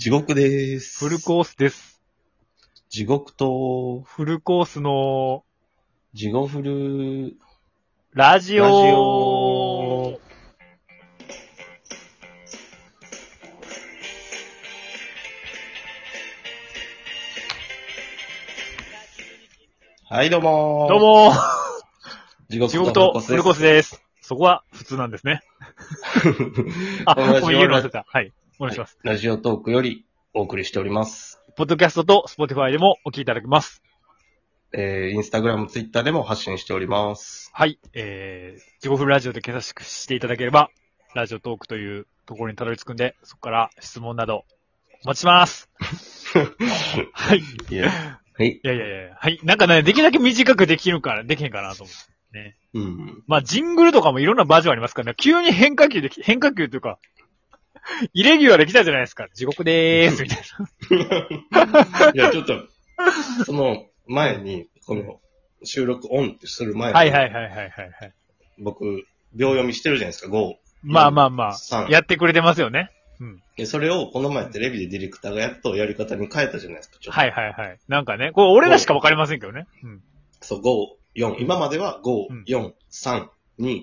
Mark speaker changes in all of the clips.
Speaker 1: 地獄でーす。
Speaker 2: フルコースです。
Speaker 1: 地獄と、
Speaker 2: フルコースの
Speaker 1: 地獄フル、
Speaker 2: ラジオ
Speaker 1: ラジオはい、どうもー
Speaker 2: どう。もー
Speaker 1: 地獄
Speaker 2: 地獄
Speaker 1: と
Speaker 2: と
Speaker 1: フ
Speaker 2: フ
Speaker 1: ル
Speaker 2: ル
Speaker 1: コー
Speaker 2: コー
Speaker 1: ス
Speaker 2: スです。そこは普通なんですね。 あ、
Speaker 1: 同じような
Speaker 2: ごめん、言うの忘れた。はい。お願いします。
Speaker 1: ラジオトークよりお送りしております。
Speaker 2: ポッドキャストとスポティファイでもお聞きいただけます。
Speaker 1: えー、インスタグラム、ツイッターでも発信しております。
Speaker 2: はい。えー、地獄フルラジオで検索していただければ、ラジオトークというところにたどり着くんで、そこから質問など、お待ち します。はい。い
Speaker 1: いえはい。
Speaker 2: やいやいや、はい。なんかね、できるだけ短くできるから、できへんかなと思う。
Speaker 1: うん。
Speaker 2: まあ、ジングルとかもいろんなバージョンありますからね。急に変化球でき、変化球というか、イレギュラーできたじゃないですか。地獄でーす、みたい
Speaker 1: いや、ちょっと、 その前に、この収録オンってする前に、
Speaker 2: な。はいはいはいはいはいはい。
Speaker 1: 僕、秒読みしてるじゃないですか、5、
Speaker 2: まあまあまあ、
Speaker 1: 3。
Speaker 2: やってくれてますよね。うん。
Speaker 1: でそれをこの前テレビでディレクターがやっとやり方に変えたじゃないですか、ちょっと。
Speaker 2: はいはいはい。なんかね、これ俺らしかわかりませんけどね。うん。
Speaker 1: そう、5、4。今までは5、
Speaker 2: うん
Speaker 1: 4、3、2。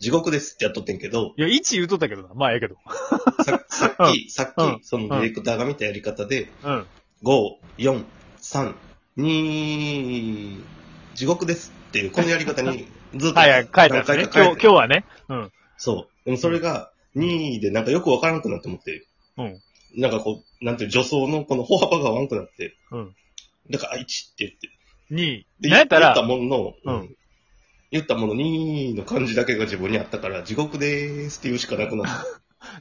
Speaker 1: 地獄ですってやっとってんけど、
Speaker 2: いや、1言うとったけどな。まあ、ええけど。
Speaker 1: ささっき、さっき、
Speaker 2: うん
Speaker 1: そのディレクターが見たやり方で、
Speaker 2: うん。
Speaker 1: 5、4、3、2、地獄ですっていう、このやり方に ずっと
Speaker 2: はいはい、書いたん
Speaker 1: 何
Speaker 2: です
Speaker 1: 回。
Speaker 2: ね今
Speaker 1: か
Speaker 2: 日、
Speaker 1: 変え
Speaker 2: 今日はね。うん。
Speaker 1: そう。でもそれが2でなんかよくわからんくなって思って、
Speaker 2: うん。
Speaker 1: なんかこう、なんていう助走のこの歩幅が悪くなって、
Speaker 2: うん。
Speaker 1: だから1って言って、
Speaker 2: 2。
Speaker 1: で、
Speaker 2: なんやった
Speaker 1: 言った
Speaker 2: ら、
Speaker 1: もの
Speaker 2: う
Speaker 1: の、
Speaker 2: ん
Speaker 1: 言ったものにの感じだけが自分にあったから、地獄でーすって言うしかなくな っ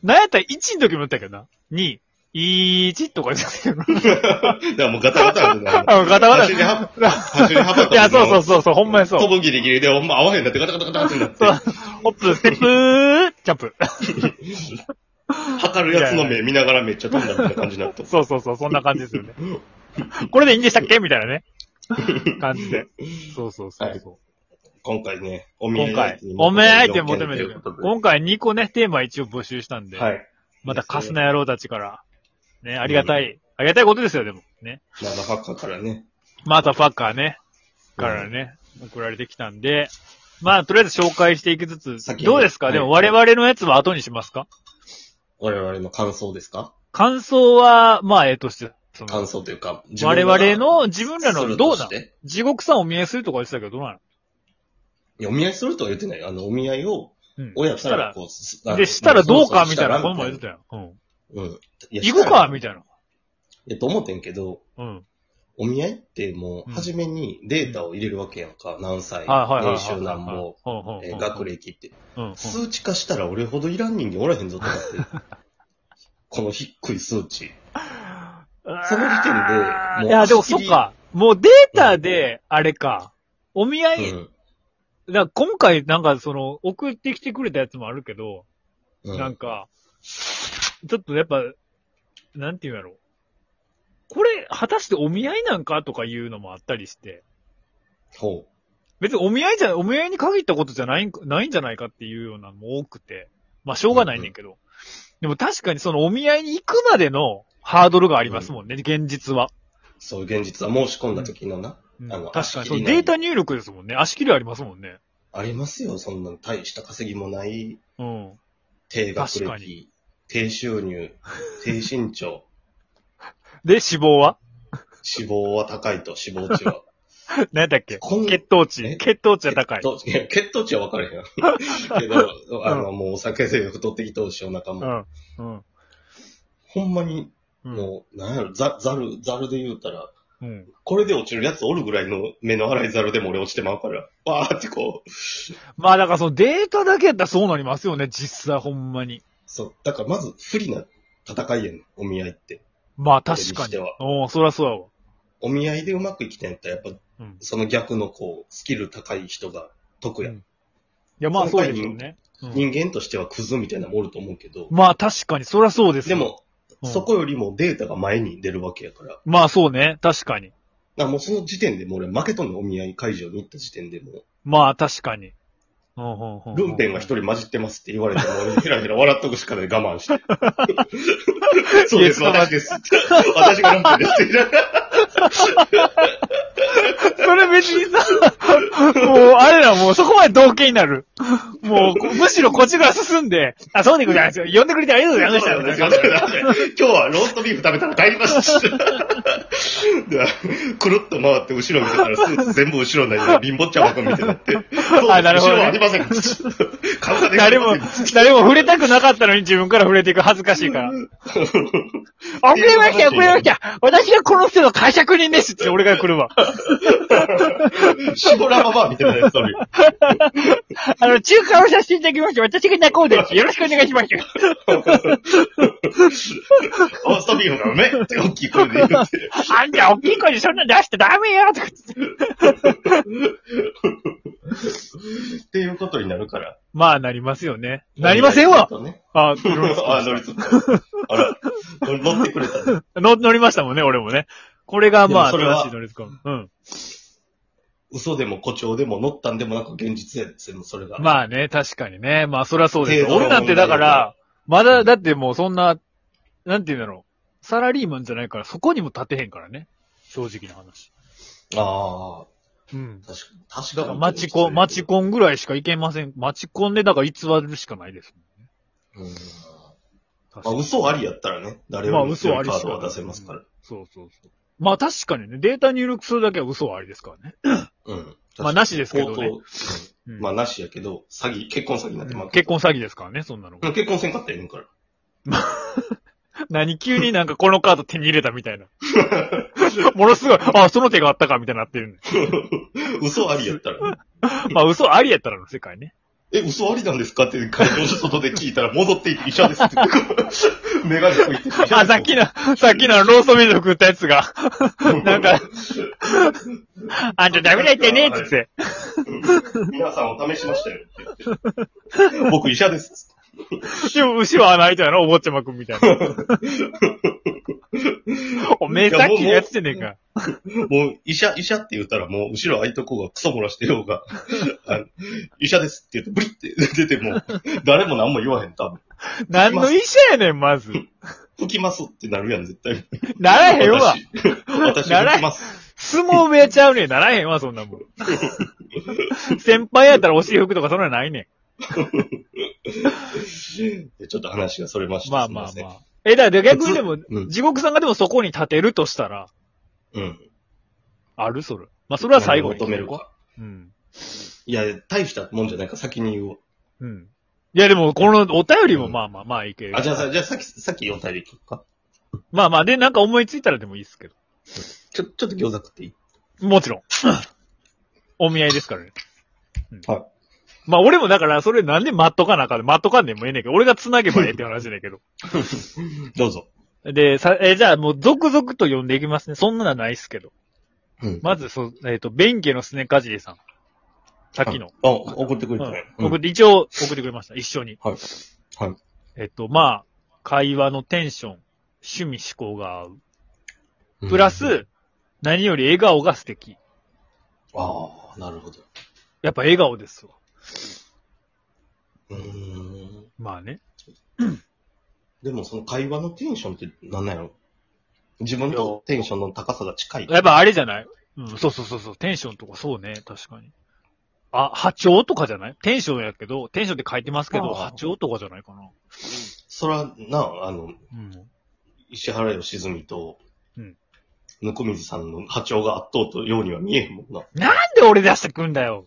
Speaker 2: なんやったら1の時も言ったけどな。2、1とか言ってたけどな。
Speaker 1: た。だからもうガタガタになる。
Speaker 2: あ、ガタガタ。
Speaker 1: 走り幅走り幅跳び
Speaker 2: い
Speaker 1: の
Speaker 2: や、そうそうそうそう、ほんまにそう。
Speaker 1: 飛ぶギリギリで、ほんま合わへんなってガタガタガタガタってな
Speaker 2: そう
Speaker 1: って、
Speaker 2: ホップ、ステップ、ジャンプ。
Speaker 1: 測るやつの目見ながらめっちゃ飛んだみたいな感じになった。
Speaker 2: そうそうそう、そんな感じですよね。 これでいいんでしたっけみたいな ね。感じで。そうそうそうそう。
Speaker 1: 今回ね、お見合
Speaker 2: 今
Speaker 1: い
Speaker 2: 回
Speaker 1: 相手に、
Speaker 2: おめえ相手求めて
Speaker 1: 条件
Speaker 2: る
Speaker 1: という。こと
Speaker 2: 今回2個ね、テーマ一応募集したん
Speaker 1: で
Speaker 2: で、
Speaker 1: はい。
Speaker 2: またカスな野郎たちから、ね、ありがたい、ありがたいことですよ、でも。ね。
Speaker 1: まだファッカーからね。
Speaker 2: またファッカーね、からね、送られてきたんで、まあ、とりあえず紹介していきつつ
Speaker 1: 先、に
Speaker 2: どうですか
Speaker 1: はい
Speaker 2: でも我々のやつは後にしますか
Speaker 1: 我々の感想ですか
Speaker 2: 感想は、まあ、ええとして、その
Speaker 1: 感想というか、
Speaker 2: 我々の自分らのど
Speaker 1: すると
Speaker 2: う
Speaker 1: し
Speaker 2: なん
Speaker 1: て
Speaker 2: 地獄さんお見合いするとか言ってたけどどうない
Speaker 1: や、お見合いするとは言ってない。あの、お見合いを、
Speaker 2: の
Speaker 1: 親からこうす
Speaker 2: う
Speaker 1: あ
Speaker 2: ん。で、したらどうか
Speaker 1: そ
Speaker 2: み
Speaker 1: そ
Speaker 2: たいな、
Speaker 1: し
Speaker 2: この前言っててたよ。
Speaker 1: う
Speaker 2: うん。
Speaker 1: ん。いや
Speaker 2: 行くかみ
Speaker 1: い
Speaker 2: たいな。
Speaker 1: や、と思ってんけど、
Speaker 2: うん。
Speaker 1: お見合いっても
Speaker 2: う
Speaker 1: う、
Speaker 2: ん
Speaker 1: 初めにデータを入れるわけやんか。何歳、
Speaker 2: はいはいはいはい。
Speaker 1: 年収なんぼ、
Speaker 2: ぼ
Speaker 1: えー学。歴って。
Speaker 2: うんうんうん
Speaker 1: 数値化したら俺ほどいらん人間おらへんぞと思って。 この低い数値。その時点でもう
Speaker 2: いや、でも
Speaker 1: 走
Speaker 2: そ
Speaker 1: り
Speaker 2: っか。もうデータで、あれか。お見合
Speaker 1: う
Speaker 2: い、だか
Speaker 1: ん。
Speaker 2: ら今回なんかその、送ってきてくれたやつもあるけど、
Speaker 1: うん、
Speaker 2: なんか、ちょっとやっぱ、なんていうんやろう。これ、果たしてお見合いなんかとかいうのもあったりして。
Speaker 1: ほ
Speaker 2: 別にお見合いじゃ、お見合いに限ったことじゃないんか、ないんじゃないかっていうようなのも多くて。まあ、しょうがないねんけど。でも確かにそのお見合いに行くまでのハードルがありますもんね、現実は。
Speaker 1: う。そういう現実は申し込んだ時のな。
Speaker 2: うん
Speaker 1: あの
Speaker 2: 確かに。
Speaker 1: 足切り
Speaker 2: その
Speaker 1: ない
Speaker 2: データ入力ですもんね。足切りありますもんね。
Speaker 1: ありますよ、そんな大した稼ぎもない。
Speaker 2: うん。
Speaker 1: 低学
Speaker 2: 確か
Speaker 1: 歴、低収入、低身長、
Speaker 2: で、死亡は
Speaker 1: 死亡は高いと、死亡値は。
Speaker 2: 何だっけ
Speaker 1: こん
Speaker 2: 血糖
Speaker 1: え
Speaker 2: 値。血糖値は高い
Speaker 1: 血。糖いや血糖値は分 からへんよ。けど、あの、もうお酒で太ってきとうし、お腹
Speaker 2: う
Speaker 1: も。
Speaker 2: ん。うん。
Speaker 1: ほんまに、
Speaker 2: うん。
Speaker 1: もう、なんやろ、ざ、ざる、ざるで言うたら、
Speaker 2: うん。
Speaker 1: これで落ちるやつおるぐらいの目の粗いざるでも俺落ちてまうから、わーってこう。
Speaker 2: まあだからそのデータだけやったらそうなりますよね、実際ほんまに。
Speaker 1: そう。だからまず不利な戦いやねん、お見合いって。
Speaker 2: まあ確
Speaker 1: 俺に
Speaker 2: か
Speaker 1: し
Speaker 2: に。
Speaker 1: ては
Speaker 2: うん、そりゃそうやわ。
Speaker 1: お見合いでうまくいきたいんやったら、やっぱ、
Speaker 2: うん。
Speaker 1: その逆のこう、スキル高い人が得や。
Speaker 2: うんいや、まあそうですよね。うん
Speaker 1: 人間としてはクズみたいなのもおると思うけど、
Speaker 2: まあ確かに、そりゃそうです
Speaker 1: で
Speaker 2: よ、
Speaker 1: も、
Speaker 2: うん
Speaker 1: そこよりもデータが前に出るわけやから。だか
Speaker 2: まあそうね、確かに。
Speaker 1: らもうその時点でもう俺負けとんのお見合い会場に行った時点でもう、
Speaker 2: まあ確かに。
Speaker 1: ルンペンが一人混じってますって言われても、ヘラヘラ笑っとくしかない我慢 して。そうです、
Speaker 2: いや
Speaker 1: 私です。私がルンペンですって言いながら。
Speaker 2: それ別にさ、もう、あれだ、もうそこまで同型になる。もう、むしろこっちが進んで、あ、そうでくじゃないですよ。呼んでくれてありがとうございました。
Speaker 1: そうなんですよ今日はローストビーフ食べたら帰りました。でくるっと回って後ろ見てたら、スーツ全部後ろになり、貧乏茶箱見てなって。
Speaker 2: あなるほど
Speaker 1: 後
Speaker 2: ね
Speaker 1: ろはありません。 顔がで
Speaker 2: 誰も、誰も触れたくなかったのに自分から触れていく恥ずかしいから。遅れました、遅れました。私がこの人の解釈人ですって俺が来るわ。
Speaker 1: シボラママみたいなやつ おるよ
Speaker 2: あの、中華をさせていただきまして、私が中尾です。よろしくお願いします。
Speaker 1: ローストビーフがうめえって大きい声で言って。
Speaker 2: あんた、大きい声でそんなの出しちゃダメよとか言って
Speaker 1: っていうことになるから。
Speaker 2: まあ、なりますよね。なりませんわ。あ、
Speaker 1: あ、乗りつった。あら、乗ってくれた。
Speaker 2: 乗乗りましたもんね、俺もね。これが、まあ、
Speaker 1: でもそれは
Speaker 2: 正しい乗りつかむ。うん。
Speaker 1: 嘘でも誇張でも乗ったんでもなく現実やで、全部それが。
Speaker 2: まあね、確かにね。まあ、そりゃそうですよ。
Speaker 1: 程度
Speaker 2: 俺
Speaker 1: の
Speaker 2: なんてだか
Speaker 1: 問題だ
Speaker 2: ら、まだ、だってもうそんな、なんて言うんだろう。サラリーマンじゃないから、そこにも立てへんからね。正直な話。
Speaker 1: ああ、
Speaker 2: うん。
Speaker 1: 確か確かに。
Speaker 2: マチコン、マチコンぐらいしかいけません。マチコンで、だから偽るしかないですもんね。
Speaker 1: うん。
Speaker 2: 確か
Speaker 1: まあ
Speaker 2: に
Speaker 1: 嘘ありやったらね、誰
Speaker 2: まあ
Speaker 1: も
Speaker 2: 嘘あり
Speaker 1: カ
Speaker 2: っ
Speaker 1: ー
Speaker 2: す
Speaker 1: ド
Speaker 2: よね
Speaker 1: は出せますから。
Speaker 2: そうそうそう。まあ確かにね、データ入力するだけは嘘はありですからね。
Speaker 1: うん。
Speaker 2: まあなしですけどね
Speaker 1: 相当
Speaker 2: うん
Speaker 1: まあなしやけど、詐欺、結婚詐欺になってまう
Speaker 2: 結婚詐欺ですからね、そんなのが。
Speaker 1: うん結婚せんかったらええんから。
Speaker 2: 何急になんかこのカード手に入れたみたいな。ものすごい、あ、その手があったかみたいになってる、ね。
Speaker 1: 嘘ありやったらね。
Speaker 2: まあ嘘ありやったらの世界ね。
Speaker 1: え、嘘ありなんですかって会場の外で聞いたら戻っていって医者ですって。 メガネ拭いて医者です。
Speaker 2: あ、さっきの、さっきのローストビーフ食ったやつが、 なんか、あんたダメだってね、つって。
Speaker 1: 皆さんお試しましたよって言って。僕医者です。
Speaker 2: でも牛は穴開いたやろ、お坊ちゃまくんみたいな。おめえさっきのやつじゃねえか。
Speaker 1: もう医者、医者って言ったらもう後ろ空いとこうがクソ漏らしてようが、あの医者ですって言ってブリって出ても、誰も何も言わへん、多分。
Speaker 2: 何の医者やねん、まず。
Speaker 1: 吹きますってなるやん、絶対。
Speaker 2: ならへんわ。
Speaker 1: 私、私吹きます。
Speaker 2: 相撲部屋ちゃうねん。ならへんわ、そんなもん。先輩やったらお尻拭くとかそんなのないね
Speaker 1: でちょっと話がそれまし
Speaker 2: ん。
Speaker 1: た。
Speaker 2: まあまあ
Speaker 1: すい
Speaker 2: ま
Speaker 1: せん
Speaker 2: あ。え、だから逆にでも、
Speaker 1: うん
Speaker 2: 地獄さんがでもそこに立てるとしたら、
Speaker 1: うん。
Speaker 2: あるそれ。まあそれは最後に
Speaker 1: 求めるか。
Speaker 2: うん。
Speaker 1: いや、大したもんじゃないから先に言おう。
Speaker 2: うん。いやでも、このお便りもまあまあまあいける。
Speaker 1: あ、じゃあさ、じゃあさっき、さっき4体でいくか。
Speaker 2: まあまあ、で、なんか思いついたらでもいいですけど。
Speaker 1: ちょ、ちょっと餃子食っていい
Speaker 2: もちろん。 お見合いですからね。うん
Speaker 1: はい
Speaker 2: まあ俺もだから、それなんで待っとかなあかん待っとかんでもええねんけど、俺が繋げばええって話じゃねん けど。
Speaker 1: どうぞ。
Speaker 2: で、さ、えーじゃあもう続々と読んでいきますね。そんなのはないっすけど。
Speaker 1: うん。
Speaker 2: まず、そう、えっ、と、弁慶のすねかじりさん。さっきの。
Speaker 1: あ、送ってくれたね。
Speaker 2: うん、
Speaker 1: う
Speaker 2: 送
Speaker 1: ん
Speaker 2: って、一応送ってくれました。一緒に。
Speaker 1: はい。はい。
Speaker 2: えっ、と、まあ、会話のテンション、趣味思考が合う。プラ
Speaker 1: うん。
Speaker 2: ス、何より笑顔が素敵。
Speaker 1: ああ、なるほど。
Speaker 2: やっぱ笑顔ですわ。
Speaker 1: うーん。
Speaker 2: まあね。
Speaker 1: でもその会話のテンションって何なんやろ自分とテンションの高さが近い。
Speaker 2: やっぱあれじゃないうん、そうそうそうそう。テンションとかそうね、確かに。あ、波長とかじゃないテンションやけど、テンションって書いてますけど、
Speaker 1: あー
Speaker 2: 波長とかじゃないかな。
Speaker 1: そら、な、あの、
Speaker 2: うん。
Speaker 1: 石原良純と、
Speaker 2: うん。
Speaker 1: ぬくみずさんの波長が圧倒とようには見えへんもんな。
Speaker 2: なんで俺出してくんだよ。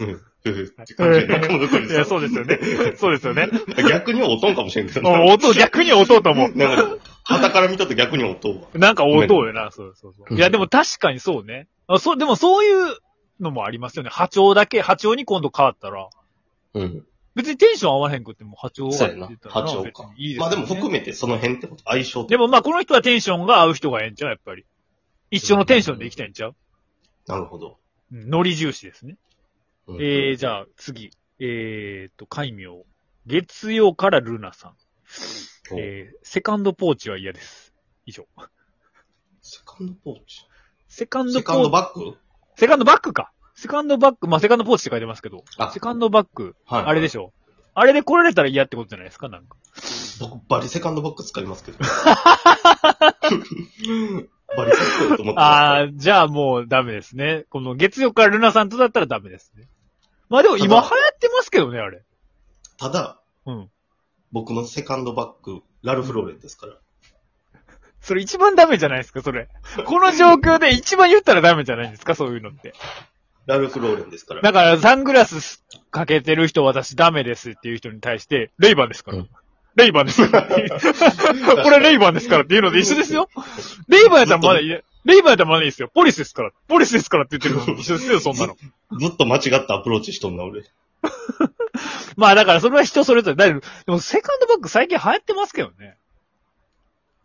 Speaker 1: うん。ふふって感じやなで、ぬくみ
Speaker 2: い
Speaker 1: ずさ
Speaker 2: や、
Speaker 1: ん
Speaker 2: そうですよね。 そうですよね。
Speaker 1: 逆におとんかもしれんけどな。
Speaker 2: 音、逆に音と思う。
Speaker 1: なんか、旗から見たと逆におとんは。
Speaker 2: なんか音よな、そうそうそう。
Speaker 1: うん
Speaker 2: いや、でも確かにそうね。あそう、でもそういうのもありますよね。波長だけ、波長に今度変わったら、
Speaker 1: うん。
Speaker 2: 別にテンション合わへんくっても波長が
Speaker 1: そう
Speaker 2: って
Speaker 1: やな
Speaker 2: 言っ。たら
Speaker 1: 波長
Speaker 2: 別
Speaker 1: か
Speaker 2: にいいです、ね。
Speaker 1: まあでも含めてその辺ってこと、相性って
Speaker 2: でもまあこの人はテンションが合う人がええんちゃうやっぱり。一緒のテンションでいきたいんちゃう、
Speaker 1: なるほど。
Speaker 2: うん、ノリ重視ですね。
Speaker 1: うん
Speaker 2: えー、じゃあ次。えーっと、海名。月曜からルナさん。
Speaker 1: お
Speaker 2: えー、セカンドポーチは嫌です。以上。
Speaker 1: セカンドポーチ。
Speaker 2: セカンド
Speaker 1: セ
Speaker 2: ポ
Speaker 1: カン
Speaker 2: ー
Speaker 1: ド
Speaker 2: チ。
Speaker 1: バッグ
Speaker 2: セカンドバックか。セカンドバッグ、まあ、セカンドポーチって書いてますけど、
Speaker 1: あ
Speaker 2: セカンドバッグ、
Speaker 1: はい。
Speaker 2: あれでしょ。あれで来られたら嫌ってことじゃないですか、なんか。
Speaker 1: 僕、バリセカンドバッグ使いますけ ど。バリセカンドと思ってます。
Speaker 2: ああ、じゃあもうダメですね。この月曜からルナさんとだったらダメですね。まあでも今流行ってますけどね、あれ。
Speaker 1: ただ、
Speaker 2: うん。
Speaker 1: 僕のセカンドバッグ、ラルフローレンですから。
Speaker 2: それ一番ダメじゃないですか、それ。この状況で一番言ったらダメじゃないですか、そういうのって。
Speaker 1: ラルフローレンですから。
Speaker 2: だから、サングラスかけてる人私ダメですっていう人に対して、レイバンですから。
Speaker 1: うん
Speaker 2: レイバンですからって いう。これレイバンですからっていうので一緒ですよ。レイバンやったらまだいい。レイバンやったらまだいいですよ。ポリスですから。ポリスですからって言ってるのと一緒ですよ、そんなの。
Speaker 1: ずっと間違ったアプローチしとんな、俺。
Speaker 2: まあだからそれは人それぞれ。だけどでもセカンドバッグ最近流行ってますけどね。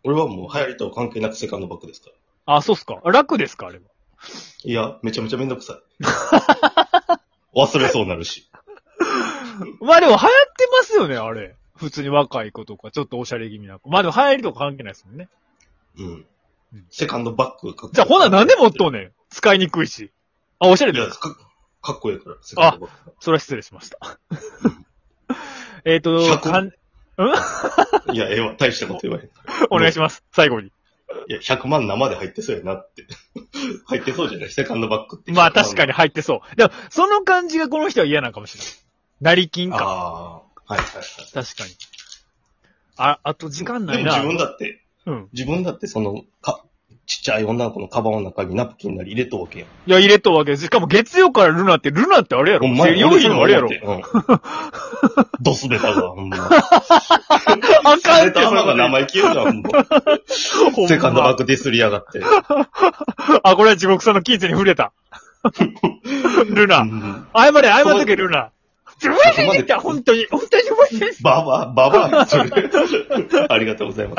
Speaker 1: 俺はもう流行りとは関係なくセカンドバッグですから。
Speaker 2: あ、そうっすか。楽ですか、あれは。
Speaker 1: いや、めちゃめちゃめんどくさ い。忘れそうなるし。
Speaker 2: まあでも流行ってますよね、あれ。普通に若い子とか、ちょっとおしゃれ気味な子。まあでも流行りとか関係ないですもんね。
Speaker 1: うん
Speaker 2: うん。
Speaker 1: セカンドバッグかっこいい
Speaker 2: じゃあほんなら何で持っとんねん。使いにくいし。あ、おしゃれ
Speaker 1: い
Speaker 2: で
Speaker 1: や、
Speaker 2: す。
Speaker 1: かかっこいいから、セカンドバッ
Speaker 2: それは失礼しました。 えっと、
Speaker 1: 100
Speaker 2: かん、ん
Speaker 1: グ。いや、ええわ、大したこと言わへん。
Speaker 2: お願いします。最後に。
Speaker 1: いや、100万生で入ってそうやなって。 入ってそうじゃないセカンドバッグって。
Speaker 2: まあ確か
Speaker 1: に。
Speaker 2: に入ってそう。でも、その感じがこの人は嫌なのかもしれない。成金か。
Speaker 1: ああ、はいはいはい。
Speaker 2: 確かに。あ、あと時間な
Speaker 1: で
Speaker 2: い
Speaker 1: も自
Speaker 2: な。
Speaker 1: 分だって、
Speaker 2: うん。
Speaker 1: 自分だってその、か、ちっちゃい女の子のカバンの中にナプキンなり入れとうわけやん。
Speaker 2: いや、入れとうわけです。しかも月曜からルナって、ルナってあれやろ生理用品のあれやろ
Speaker 1: うん。ドスベタが、ほんま。
Speaker 2: あか
Speaker 1: ネ
Speaker 2: んって、
Speaker 1: タ
Speaker 2: そ
Speaker 1: 頭が
Speaker 2: れ
Speaker 1: 生意気言うな、ほんま。
Speaker 2: ほんま
Speaker 1: セカンドバッグディスりやがって。
Speaker 2: あ、これは地獄さんのキーツに触れた。ル
Speaker 1: う
Speaker 2: ナ。
Speaker 1: ん
Speaker 2: 謝れ、謝っとけ、ルナ。自分
Speaker 1: そこま
Speaker 2: で
Speaker 1: で
Speaker 2: 言った、本当に。本当にごめんなさい
Speaker 1: ババア、ババアやそれ。ありがとうございます。